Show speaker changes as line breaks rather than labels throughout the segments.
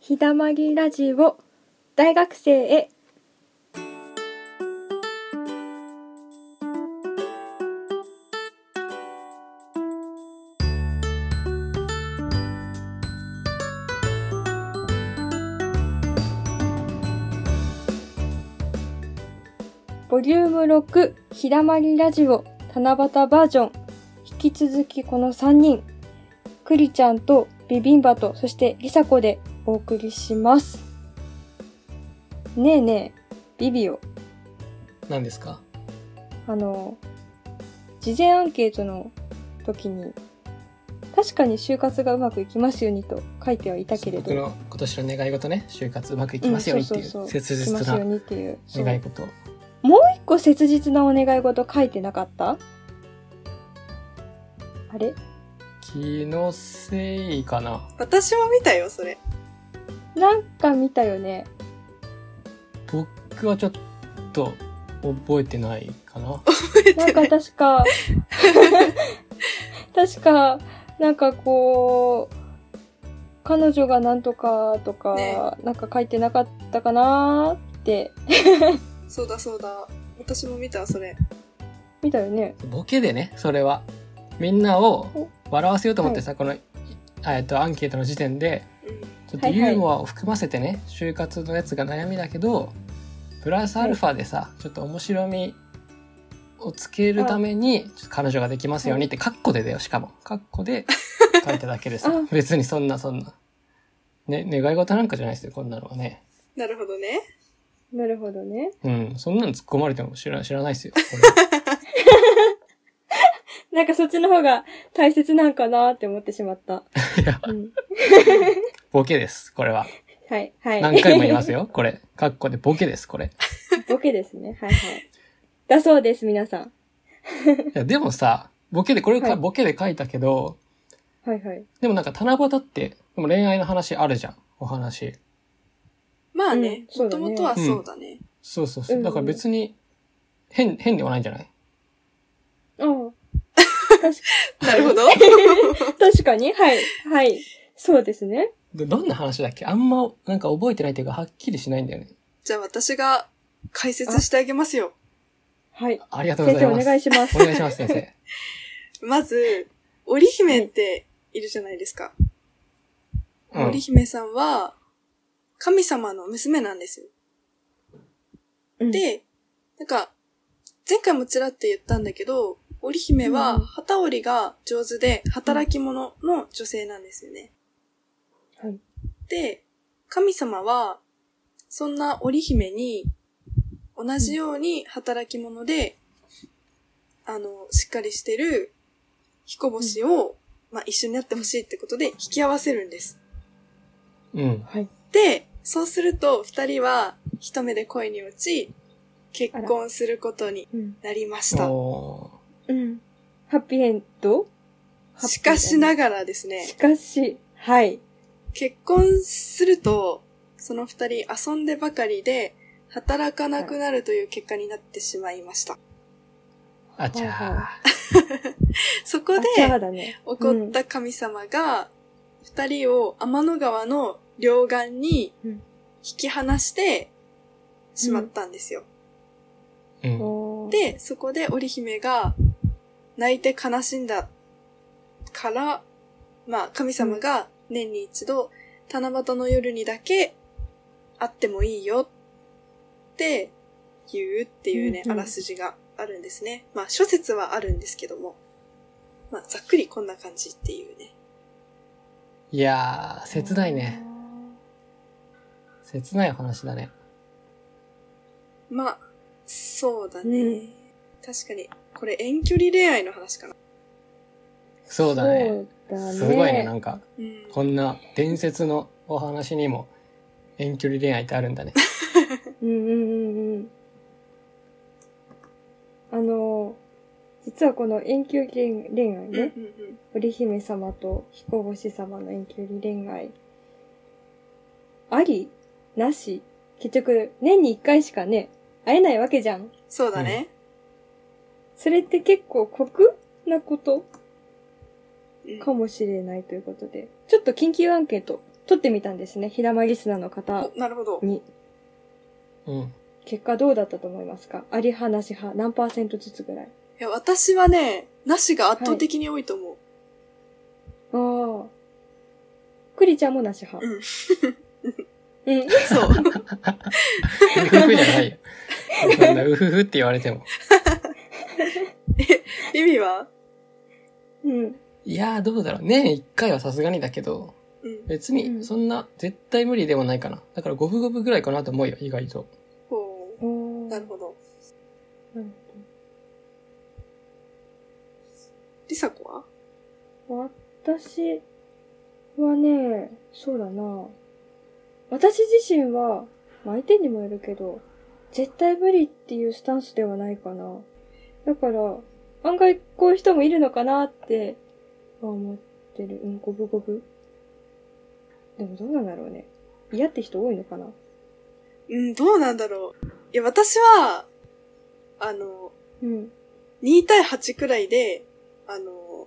ひだまぎラジオ大学生へボリューム6ひだまぎラジオ七夕バージョン引き続きこの3人くりちゃんとビビンバとそしてりさこでお送りしますねえねえビビオ
何ですか
あの事前アンケートの時に確かに就活がうまくいきますようにと書いてはいたけれ
僕
ど
の今年の願い事ね就活うまくいきますようにってい
うんそうそううそう
切
いきま
実
すよう
な
にっていうそう
願い事を
もう一個切実なお願い事書いてなかったあれ
気のせいかな
私も見たよ、それ。
なんか見たよね
僕はちょっと覚えてない かな
なんか確 か、確か、なんかこう、彼女がなんとかとか、
ね
なんか書いてなかったかなーって、
そうだそうだ。私も見た、それ。
見たよね。
ボケでねそれはみんなを笑わせようと思ってさ、このいあえっとアンケートの時点で
うん。
ちょっとユーモアを含ませてね、就活のやつが悩みだけどプラスアルファでさ、ちょっと面白みをつけるためにちょっと彼女ができますようにってカッコでだよしかもカッコで書いただけでさ
あ
別にそんなそんな、ね、願い事なんかじゃないですよこんなのはね
なるほどね。
なるほどね。
うんそんなの突っ込まれても知ら知らないですよ
なんかそっちの方が大切なんかなーって思ってしま った。
これいや
うん、
ボケですこれは
はい、はい。
何回も言います
よ。
よこれカッコでボケですこれ
ボケですね。はい、はい。だそうです、皆さん。
いやでもさボケでこれか、
はい
ボケで書いたけど
はい、はい。
でもなんか七夕って、でも恋愛の話あるじゃん、お話。
まあね
うん、そう
も
だ
と
ね
もとはそうだね。
そうそうそう。
うん
だから別に、変、変ではないんじゃない
うん。
なる ほど。
確かに、はい、はい。そうですね。
でどんな話だっけあんま、なんか覚えてないっていうか、はっきりしないんだよね。
じゃあ私が解説してあげますよ。
はい。
ありがとうご
先
ざい
生、
ま
お願いし
す。
ます。
お願いします、先 生。
まず、織姫っているじゃないですか。
うん
織姫さんは、神様の娘なんですよ。
うん、
で、なんか、前回もちらって言ったんだけど、織姫
うん
は旗織りが上手で働き者の女性なんですよね。
はい
で、神様は、そんな織姫に、同じように働き者で、あの、しっかりしてる彦星を、まあ、一緒になってほしいってことで引き合わせるんです。
うん。
はい。
で、そうすると二人は一目で恋に落ち、結婚することに
うん。
なりました。
お
うん。ハッピーエンド
しかしな
が
がらですね
し、かし、はい。
結婚すると、その二人遊んでばかりで、働かなくなるという結果になってしまいました。
ーあちゃー。
はいは
そ
こ
こで、
だね。
起こった神様が、二人を天の川の両岸に
うん
引き離してしまったんですよ。
うん。
おー、
で、そこで織姫が泣いて悲しんだから、まあ神様が年に一度、七夕の夜にだけ会ってもいいよって言うっていうね、
うんうん
あらすじがあるんですね。まあ諸説はあるんですけども、まあざっくりこんな感じっていうね。
いやー、切ないね。。切ないお話だね。
まあ、そうだね。
うん
確かに、これ遠距離恋愛の話かな。
そうだね。
そうだね。
すごいね、なんか、
うん。
こんな伝説のお話にも、遠距離恋愛ってあるんだね。
うんうんうんうん。あの、実はこの遠距離恋愛
うんうん
ね、
うん。
織姫様と彦星様の遠距離恋愛、ありなし結局、年に一回しかね、会えないわけじゃん。
そうだね。
それって結構酷なこと
うん
かもしれないということで、ちょっと緊急アンケート撮ってみたんですね。ひだまリスナーの方
おなるほど。
に。
うん。
結果どうだったと思いますかあり派、なし派、何パーセントずつぐらい。
いや、私はね、なしが圧倒的に多いと思う。
ああ。クリちゃんもなし派。
うん
うん。うん。
そ う。
うふふじゃないよ。そんなうふふって言われても。
意味は
うん。
いやー、どうだろう。年一回はさすがにだけど、
うん。
別
うん
に、そんな、絶対無理でもないかな。だから、五分五分ぐらいかなと思うよ、意外と。
ほ
お
う。
ー
なるほど。
なる
りさこは
ほど。私はね、そうだな。私自身は、まあ相手にもよるけど、絶対無理っていうスタンスではないかな。だから、案外こういう人もいるのかなって思ってる。うん、五分五分。でもどうなんだろうね。嫌って人多いのかな
うん、どうなんだろう。いや、私は、あの、
うん。
2対8くらいで、あの、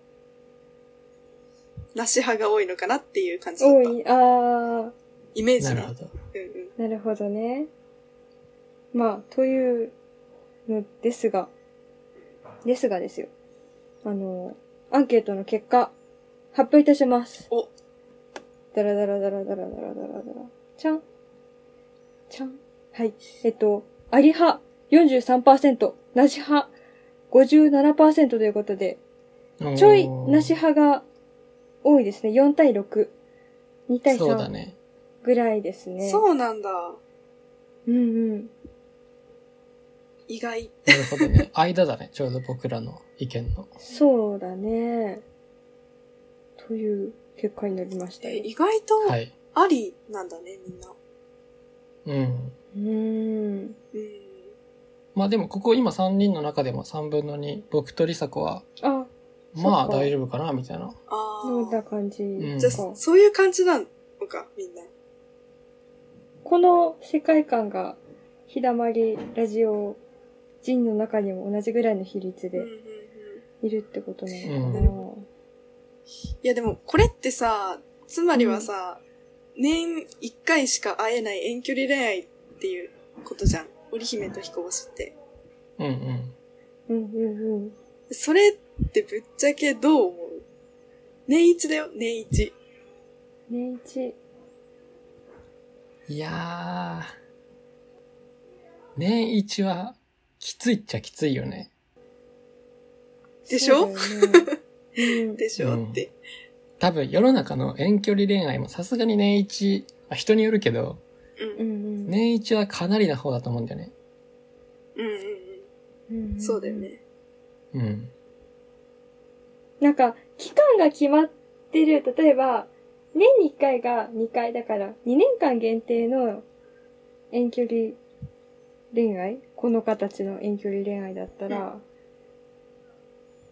なし派が多いのかなっていう感じだっ
多
た。
い。あ
イメー
な
ジ
る
ね。
ほど。
うんうん。
ー、なるほどね。まあ、というのですが、ですがですよ。あの、アンケートの結果、発表いたします。
お
だらだらだらだらだらだらだら。ちゃん。ちゃん。はい。えっと、アリ派43%、ナシ派57%ということで、ちょいナシ派が多いですね。4対6。2対
そうだ
3
ね。
ぐらいですね。
そうなんだ。
うんうん。
意外。
なるほ どね。間だね。ちょうど僕らの意見の。
そうだね。という結果になりました
え
よ。
意外と、
はい。
ありなんだね、みんな。
うん。
うーん。
うん。
まあでも、ここ今3人の中でも3分の2、僕とりさこは、
あ、
ま
そっ
あ
か
大丈夫かな、みたいな。
あ
飲ん
あ
だ。感じ
ん
じゃあ、
か。
そういう感じなのか、みんな。
この世界観が、ひだまりラジオ人の中にも同じぐらいの比率
うんうんう
で
ん。
いるってことなのか
う
な。
いや、でも、これってさ、つまりはさ、年一回しか会えない遠距離恋愛っていうことじゃん。織姫と彦星って。
うんうん。
うんうんうん。
それってぶっちゃけどう思う年一だよ、年一。
年一。
いやー。年一は、きついっちゃきついよね。
でしょ
そうだよねうん
でしょ、
うん
って。
多分世の中の遠距離恋愛もさすがに年一、まあ、人によるけど、
うん。
う
うん
んうん
年一はかなりな方だと思うんだよね。
うん
うんう。
うんん。そうだよね。
うん。
なんか、期間が決まってる、例えば、年に1回が2回だから、2年間限定の遠距離恋愛この形の遠距離恋愛だったら、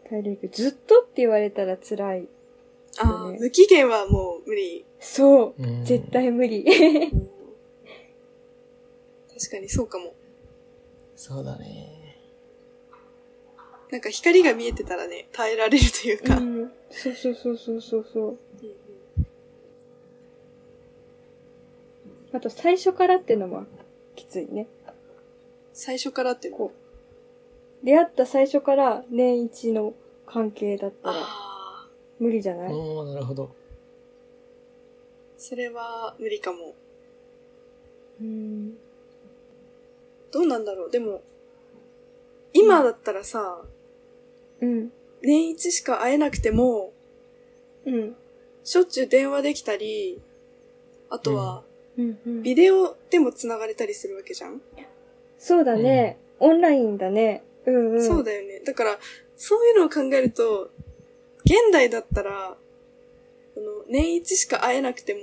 体力ずっとって言われたら辛い。
ああ、無期限はもう 無理。
そうう、
ん、
絶。対無理。
うん確かにそうかも。
そうだね。
なんか光が見えてたらね、耐えられるという
う
か。うん
ん、そうそうそうそうそうそう。
うん
あと、最初からってのもきついね。
最初からっていうの
こう、出会った最初から年一の関係だったら
ああ、
無理じゃない
おー、なるほど。
それは無理かも。
うん。
どうなんだろう。でも、今だったらさ、
うん。
年一しか会えなくても、
うん。
しょっちゅう電話できたり、あとは、
うんうん
ビデオでも繋がれたりするわけじゃん、
そうだね、オンラインだね。うんうん。
そうだよね。だから、そういうのを考えると、現代だったら、あの、年一しか会えなくても、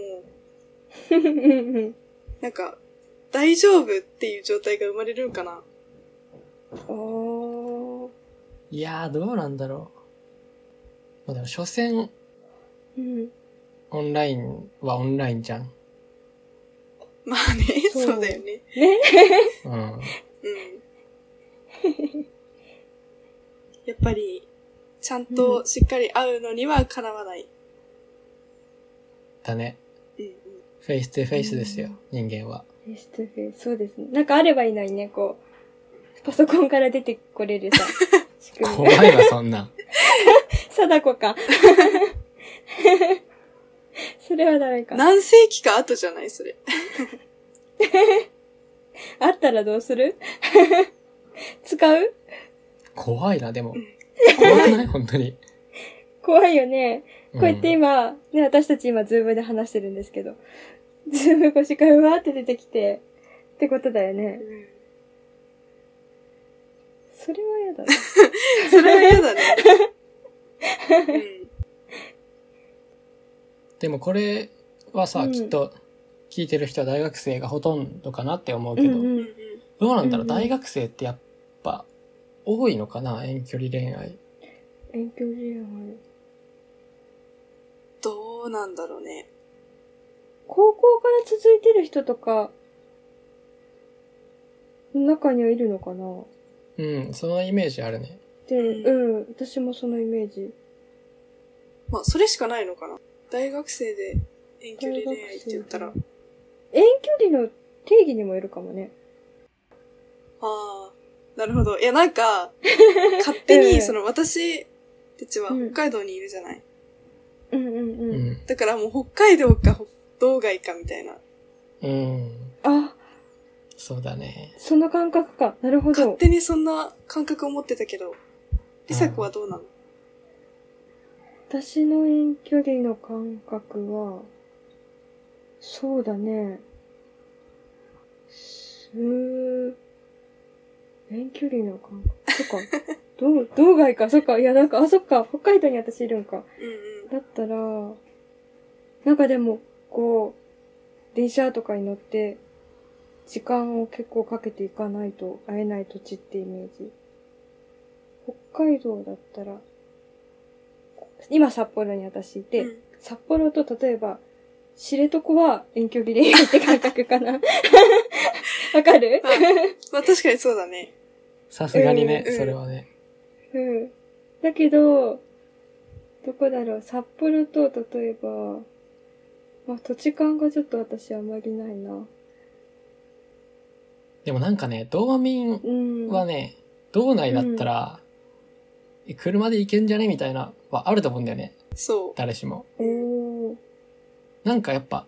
うんうん
なんか、大丈夫っていう状態が生まれるんかな。
うん。 おー。
いやー、どうなんだろう。まあでも、所詮、
うん。
オンラインはオンラインじゃん。
まあね、
そ
そううだよね。
うん。
うん。やっぱり、ちゃんとしっかり会うのにはかなわない。
だね。
うんうん。
フェイスとフェイスですよ、人間は。
フェイストゥフェイス。そうですね。なんかあればいないね、こう。パソコンから出てこれる さ。仕
怖いわ、そんなん。
貞子か。 それはダメか。
何世紀か後じゃないそれ。
あったらどうする 使う
怖いな、でも
うん。
怖くない本当に。
怖いよね。こうやって
ん
今、ね、私たち今、ズームで話してるんですけど、ズーム越しからうわーって出てきて、ってことだよね。それは嫌だな。
それは 嫌だね。うん
でもこれはさ、
うん
きっと聞いてる人は大学生がほとんどかなって思う
う
けど、
ん
う
うん。
うんん。
どうなんだろ
う
う、
ん
大学生ってやっぱ多いのかな遠距離恋愛。
遠距離恋愛。
どうなんだろうね。
高校から続いてる人とか、中にはいるのかな
うん、そのイメージあるね。
で、
う
うん、私もそのイメージ。
まあ、それしかないのかな。大学生で遠距離恋愛って言ったら。あ
大学生遠距離の定義にもよるかもね。
あー、なるほど。いや、な んか、勝手
ええ
に、その、私たちは
うん
北海道にいるじゃない。
うんうん
う
うん。
ん。
だからもう北海道か北道外かみたいな。
うん。
あ、
そうだね。
その感覚か。なるほ
勝
ど。
手にそんな感覚を持ってたけど、りさこはどうなの
私の遠距離の感覚は、そうだね。すー、遠距離の感覚。そっか。どう、道外か。そっか。いや、なんか、あ、そっか。北海道に私いるんか。
うんうん。
だったら、なんかでも、こう、電車とかに乗って、時間を結構かけていかないと会えない土地ってイメージ。北海道だったら、今札幌に私いて、
うん
札幌と例えば、知床は遠距離恋愛って感覚かな。 わかる
あまあ確かにそうだね。
さすがにね、
うんうん
それはね。
うん。だけど、どこだろう、札幌と、例えば、まあ、土地勘がちょっと私あまりないな。
でもなんかね、道民
うん。
はね、道内だったら、え車で行けんじゃねみたいな、はあると思うんだよね。
そ
誰しも。
おー
なんかやっぱ、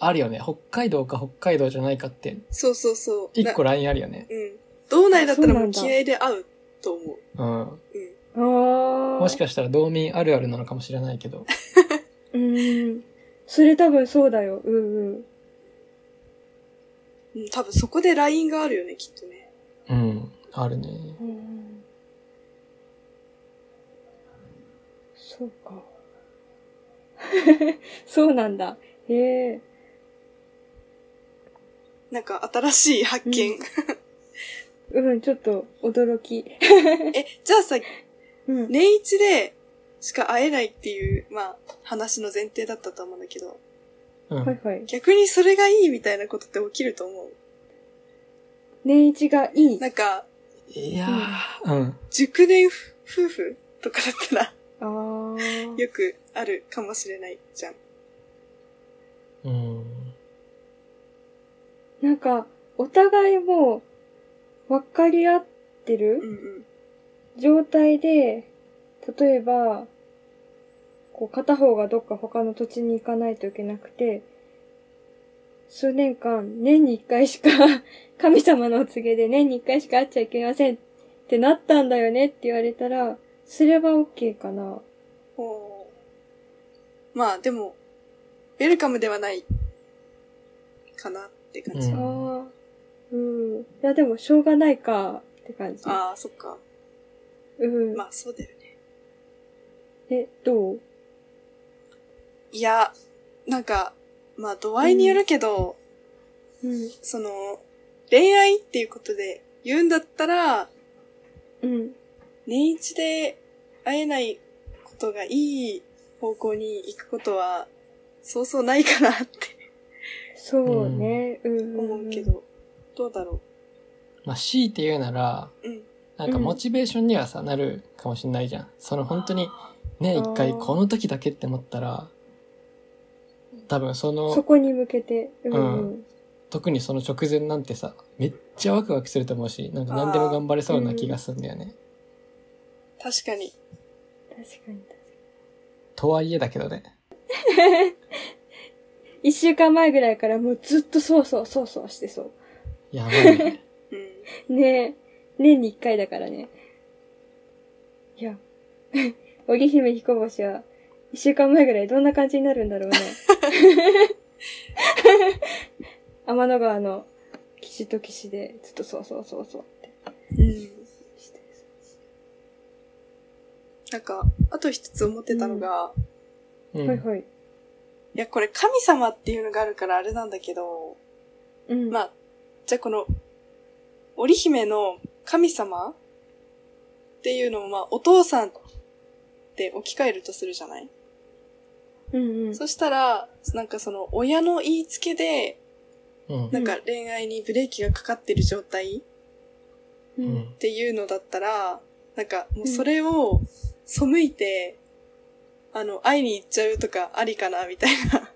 あるよね。北海道か北海道じゃないかって、
う。そうそうそう。
一個
な
ラインあるよね。
うん。道内だったらもう
そうなんだ
気合で会うと思う。
うん。
うん。
あー。
もしかしたら道民あるあるなのかもしれない けど。
うん。それ多分そうだよ。うんうん。
うん、多分そこで LINE があるよね、きっとね。
うん。あるね。
うんそうか。そうなんだ。へえ。
なんか新しい発見。
うん、ちょっと驚き。
え、じゃあさ、
うん。
年一でしか会えないっていう、まあ、話の前提だったと思うんだけど、
うん。
はいはい。
逆にそれがいいみたいなことって起きると思う。
年一がいい。
なんか、
いやー、うん。
熟年ふ夫婦とかだったら、
あー。
よくあるかもしれないじゃん。
うん。
なんか、お互いもう、分かり合って
う
る
んうん。
状態で、例えば、こう、片方がどっか他の土地に行かないといけなくて、数年間、年に一回しか、 神様のお告げで年に一回しか会っちゃいけませんってなったんだよねって言われたら、すれば OK かな。
おーまあ、でも、ウェルカムではない、かなって感じ。
うん
ああ、うん。いや、でも、しょうがないか、って感じ。
ああ、そっか。
うん。
まあ、そうだよね。
え、どう
いや、なんか、まあ、度合いによるけど、
うん。
その、恋愛っていうことで言うんだったら、
うん。
年一で会えないことがいい方向に行くことは、そうそうないかなって
そうね、うん。ん
思うけ。ど、どうだろ
まあ、強いて言うなら、
う。うん。
なんかモチベーションにはさ、なるかもしれないじゃん。その本当に、ね、
あー
一回この時だけって思ったら、多分その
そこに向けて。うん、う
うん
ん。
特にその直前なんてさめっちゃワクワクすると思うしなんか何でも頑張れそうな気がするんだよね。
確かに。
確かに。
とはいえだけどね
一週間前ぐらいからもうずっとそうそうそうそうしてそ
やばいね。
うん。
う。ねえ。年に一回だからね。いや。 織姫彦星は、一週間前ぐらいどんな感じになるんだろうね。天の川の岸と岸でずっとそうそうそうそうって
うん。
して。
なんか、あと一つ思ってたのが、
う
ほい
ん、
ほい。
いや、これ神様っていうのがあるからあれなんだけど、
うん。
まあ、じゃあこの、織姫の神様っていうのを、まあ、お父さんって置き換えるとするじゃない、
うんうん。
そしたら、なんかその、親の言いつけで、
うん
なんか恋愛にブレーキがかかってる状態
う
うんん
っていうのだったら、なんかもうそれを背いて、あの、会いに行っちゃうとかありかな、みたいな。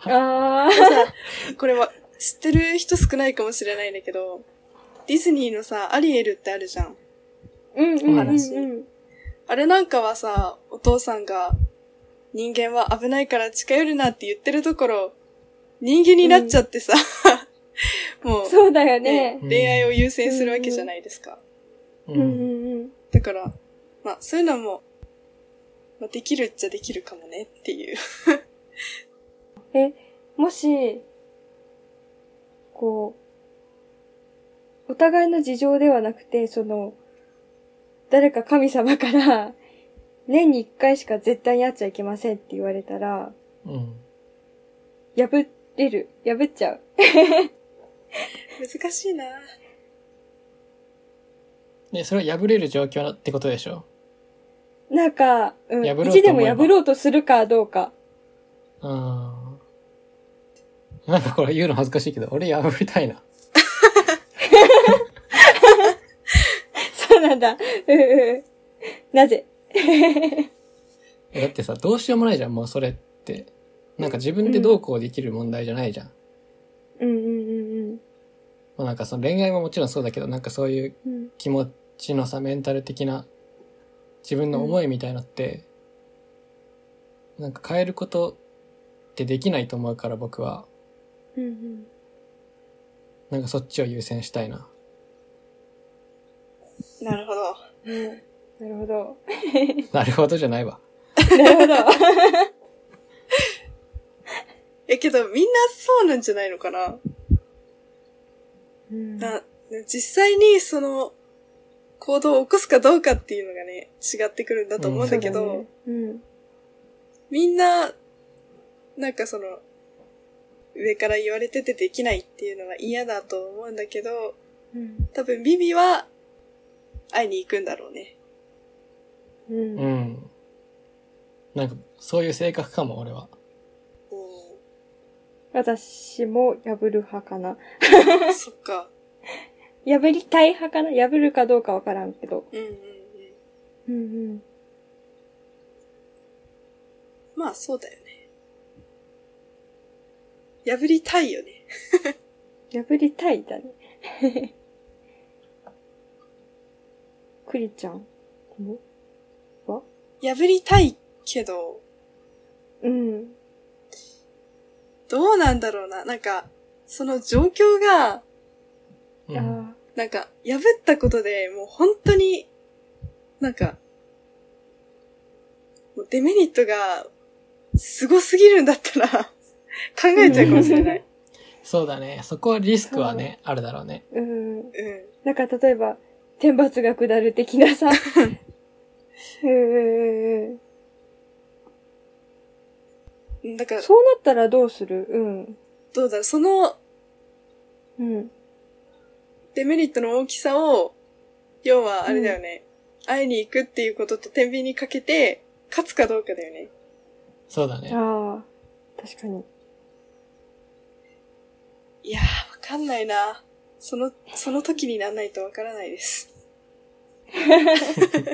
あ
これは知ってる人少ないかもしれないんだけど、ディズニーのさ、アリエルってあるじゃん。
ー。うんうんうんうん。
あれなんかはさ、お父さんが、人間は危ないから近寄るなって言ってるところ、人間になっちゃってさ、 もう、
そうだよね。
うん
恋愛を優先するわけじゃないですか。
うんう
うん
んうん。
だから、まあ、そういうのも、まあ、できるっちゃできるかもねっていう。
もし、こう、お互いの事情ではなくて、その、誰か神様から、 年に一回しか絶対に会っちゃいけませんって言われたら、
うん
破れる。破っちゃう。
難しいな
でそれは破れる状況ってことでしょ
なんか、うん、
破ろうと思えば
意地でも破ろうとするかどうか。
うんなんかこれ言うの恥ずかしいけど俺破りたいな
そうなんだ。うんうん。なぜ
だってさどうしようもないじゃんもうそれってなんか自分でどうこうできる問題じゃないじゃん、
うんうんうん
まあ、なんかその恋愛ももちろんそうだけどなんかそういう
うん。うん
気持ちのさメンタル的な自分の思いみたいのって、なんか変えることってできないと思うから僕は
うんうん。
なんかそっちを優先したいな
なるほど。
うんなるほど。
なるほどじゃないわ
なるほど。
え、けどみんなそうなんじゃないのかな、
うん
な実際にその、行動を起こすかどうかっていうのがね、違ってくるんだと思うんだけど、
そうだねうん。
みんな、なんかその、上から言われててできないっていうのは嫌だと思うんだけど、
うん。
多分ビビは会いに行くんだろうね。
うん
う。んなんかそういう性格かも俺は
私も破る派かな。
そっか。
破りたい派かな破るかどうかわからんけど。
うんうんうん。
うんうん。
まあそうだよね。破りたいよね。
破りたいだね。 クリちゃんも
破りたいけど、
うん。
どうなんだろうな。なんか、その状況が、
う
あ
ん
あ。
なんか、破ったことでもう本当に、なんか、もうデメリットが、すごすぎるんだったら、 考えちゃうかもしれない。
そうだねそこはリスクはねあるだろうね
うん。
うん。
なんか例えば、天罰が下る的な さ。うんうんうん
うんだか
うん。
ら、
そうなったらどうするうん。
どうだろう、その
うん。
デメリットの大きさを、要はあれだよね、会いに行くっていうことと天秤にかけて、勝つかどうかだよね。
そうだね
ああ。確かに。
いやー、わかんないな。その、その時になんないとわからないです。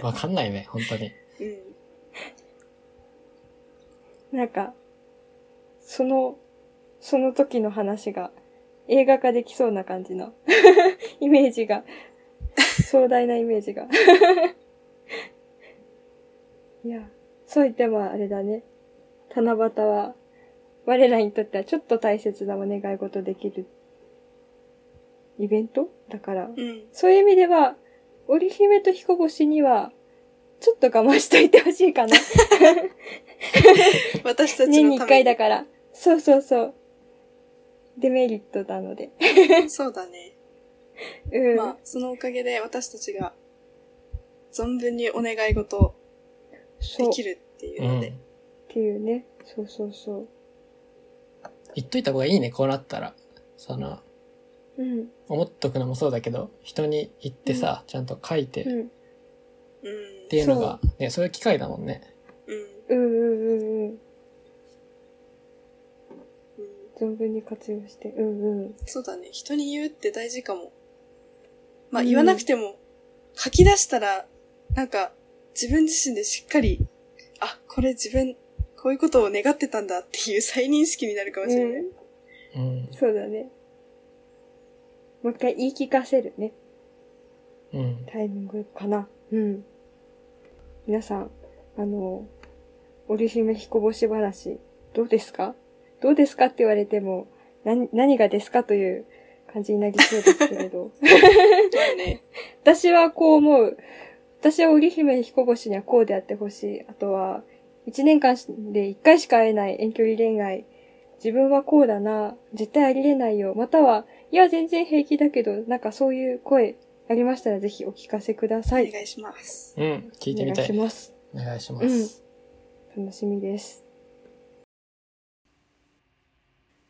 わかんないね本当に
うん。
なんか、その、その時の話が映画化できそうな感じの イメージが、壮大なイメージが。 いや、そう言ってもあれだね。七夕は、我らにとってはちょっと大切なお願い事できるイベントだから、
うん。
そういう意味では、織姫と彦星には、ちょっと我慢しといてほしいかな。
私たちのため
年に一回だから。そうそうそう。デメリットなので。
そうだね。
うん。
まあ、そのおかげで私たちが、存分にお願い事を
そ
で
う。っ
きるっていう
う
の
ん
で。。
ていうね。そうそうそ
言っといた方がいいね、こうなったら。その、
う。うん。
思っとくのもそうだけど、人に言ってさ、ちゃんと書いてっ
うん。
うん。
ていうのが、ね、そういう機会だもんね。
う
う
ん。
んうんうんうん。
うん
存分に活用して。うんうん。
そうだね。人に言うって大事かも。まあ、
うん
言わなくても、書き出したら、なんか、自分自身でしっかり、あ、これ自分、こういうことを願ってたんだっていう再認識になるかもしれな
う
い。
ん。
うん。
そうだね。もう一回言い聞かせるね。
うん。
タイミングかな。うん。皆さん、あの、織姫彦星話、どうですかどうですかって言われても、何、何がですかという感じになりそうですけれど。
まあね。
私はこう思う。私は織姫彦星にはこうであってほしい。あとは、一年間で一回しか会えない遠距離恋愛。自分はこうだな。絶対ありえないよ。または、いや、全然平気だけど、なんかそういう声ありましたらぜひお聞かせくださ
お
い。
願いします。
うん。聞いてみ
お願
た
いし
い。
ます。
お願いしま
うん
す。
楽しみです。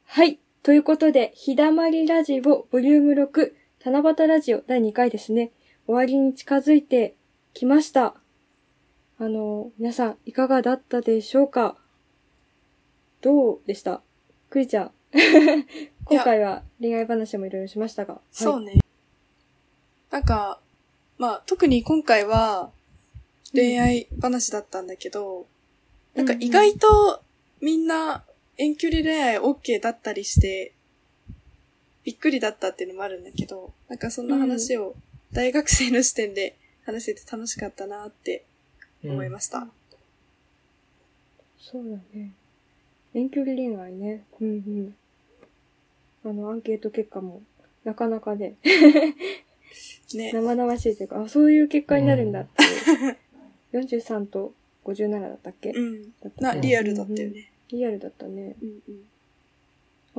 はい。ということで、ひだまりラジオボリューム6、七夕ラジオ第2回ですね。終わりに近づいてきました。あの、皆さんいかがだったでしょうかどうでしたクリちゃん。 今回は恋愛話もいろいろしましたが。
そう
ね。
ね。なんか、まあ、特に今回は、恋愛話だったんだけど、なんか意外とみんな遠距離恋愛 OK だったりして、びっくりだったっていうのもあるんだけど、なんかそんな話を大学生の視点で話せて楽しかったなって
うん
思いました。
そうだね。遠距離恋愛ね。うんうん。あの、アンケート結果も、なかなか ね、
ね。
生々しいというか、あ、そういう結果になるんだって いう。43と57だったっけ、
うん。
だった
な、リアルだったよね。
リアルだったね。
うんうん。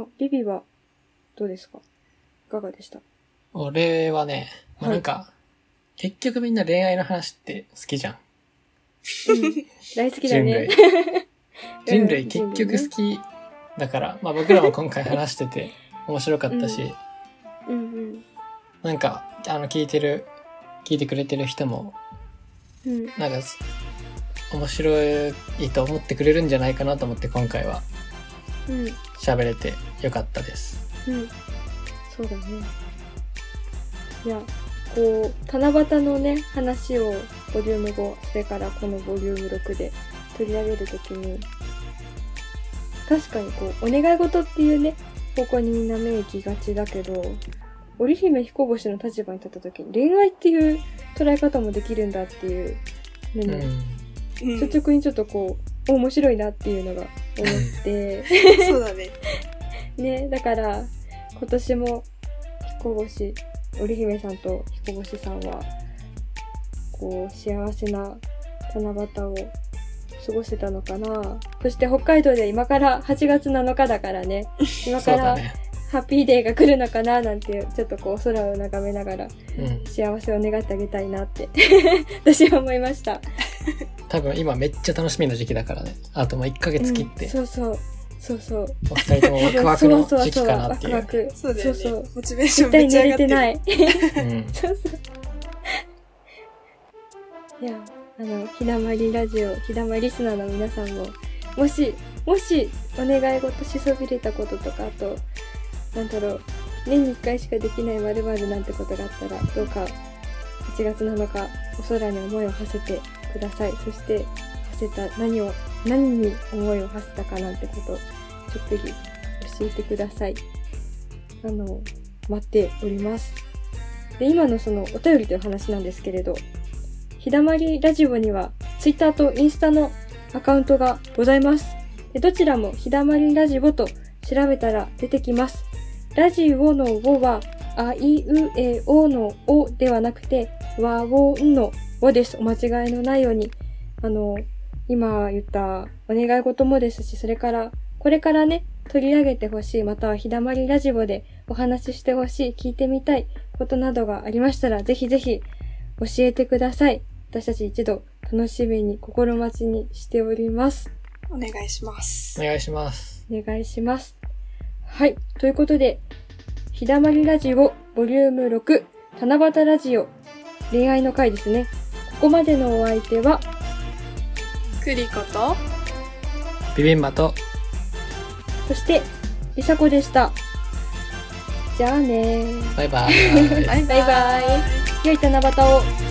あ、ビビは、どうですかいかがで した
俺はね、まあ、なんか、結局みんな恋愛の話って好きじゃん。
大好きだ
人類
ね。。
人類結局好きだから、まあ僕らも今回話してて面白かったし、
ううんうん。
なんか、あの、聞いてる、聞いてくれてる人も、
うん。
なんか、す面白いと思ってくれるんじゃないかなと思って今回は
うん。
喋れてよかったです。
うん。そうだね。いや、こう、七夕のね、話を、ボリューム5、それからこのボリューム6で取り上げるときに、確かにこう、お願い事っていうね、方向にみんな目行きがちだけど、織姫彦星の立場に立ったときに、恋愛っていう捉え方もできるんだっていうの
うん。
も、
うん、
率直にちょっとこう、面白いなっていうのが思 って、
そうだね。
ねだから今年も彦星織姫さんと彦星さんはこう幸せな七夕を過ごせたのかなそして北海道で今から8月7日だから ね今
そ
か
うだ
ら
ね。
ハッピーデーが来るのかななんてちょっとこう空を眺めながら
うん。
幸せを願ってあげたいなって 私は思いました
多分今めっちゃ楽しみな時期だからね。あともう1ヶ月切って
うん、そうそうそうそう
お二人ともワクワクの時期かなっていう。
ク
そうだよね。
そうそう
モチベーショ
絶
ン
対
めっちゃ
寝
上
れ
がって
て
る。
ない
うん
そうそう。いや、あの、ひだまりラジオ、ひだまりリスナーの皆さんも、もし、もし、お願い事しそびれたこととか、あと、なんだろう、年に1回しかできない〇〇なんてことがあったら、どうか、8月7日、お空に思いを馳せてください。そして、馳せた、何を、何に思いを馳せたかなんてこと、ちょっとぜひ教えてください。あの、待っております。で、今のそのお便りという話なんですけれど、ひだまりラジオには Twitter とインスタのアカウントがございます。でどちらもひだまりラジオと調べたら出てきます。ラジオの5は、あいうえおのおではなくて、和をんのおです。お間違いのないように。あの、今言ったお願い事もですし、それから、これからね、取り上げてほしい、またはひだまりラジオでお話ししてほしい、聞いてみたいことなどがありましたら、ぜひぜひ教えてください。私たち一度楽しみに心待ちにしております。
お願いします
お。願いします。
お願いします。はい。ということで、ひだまりラジオボリューム6、七夕ラジオ、恋愛の回ですね。ここまでのお相手は、
クリコと、
ビビンバと、
そして、りさこでした。じゃあねー。
バイバーイ。
バイ
バイバイ良い七夕を。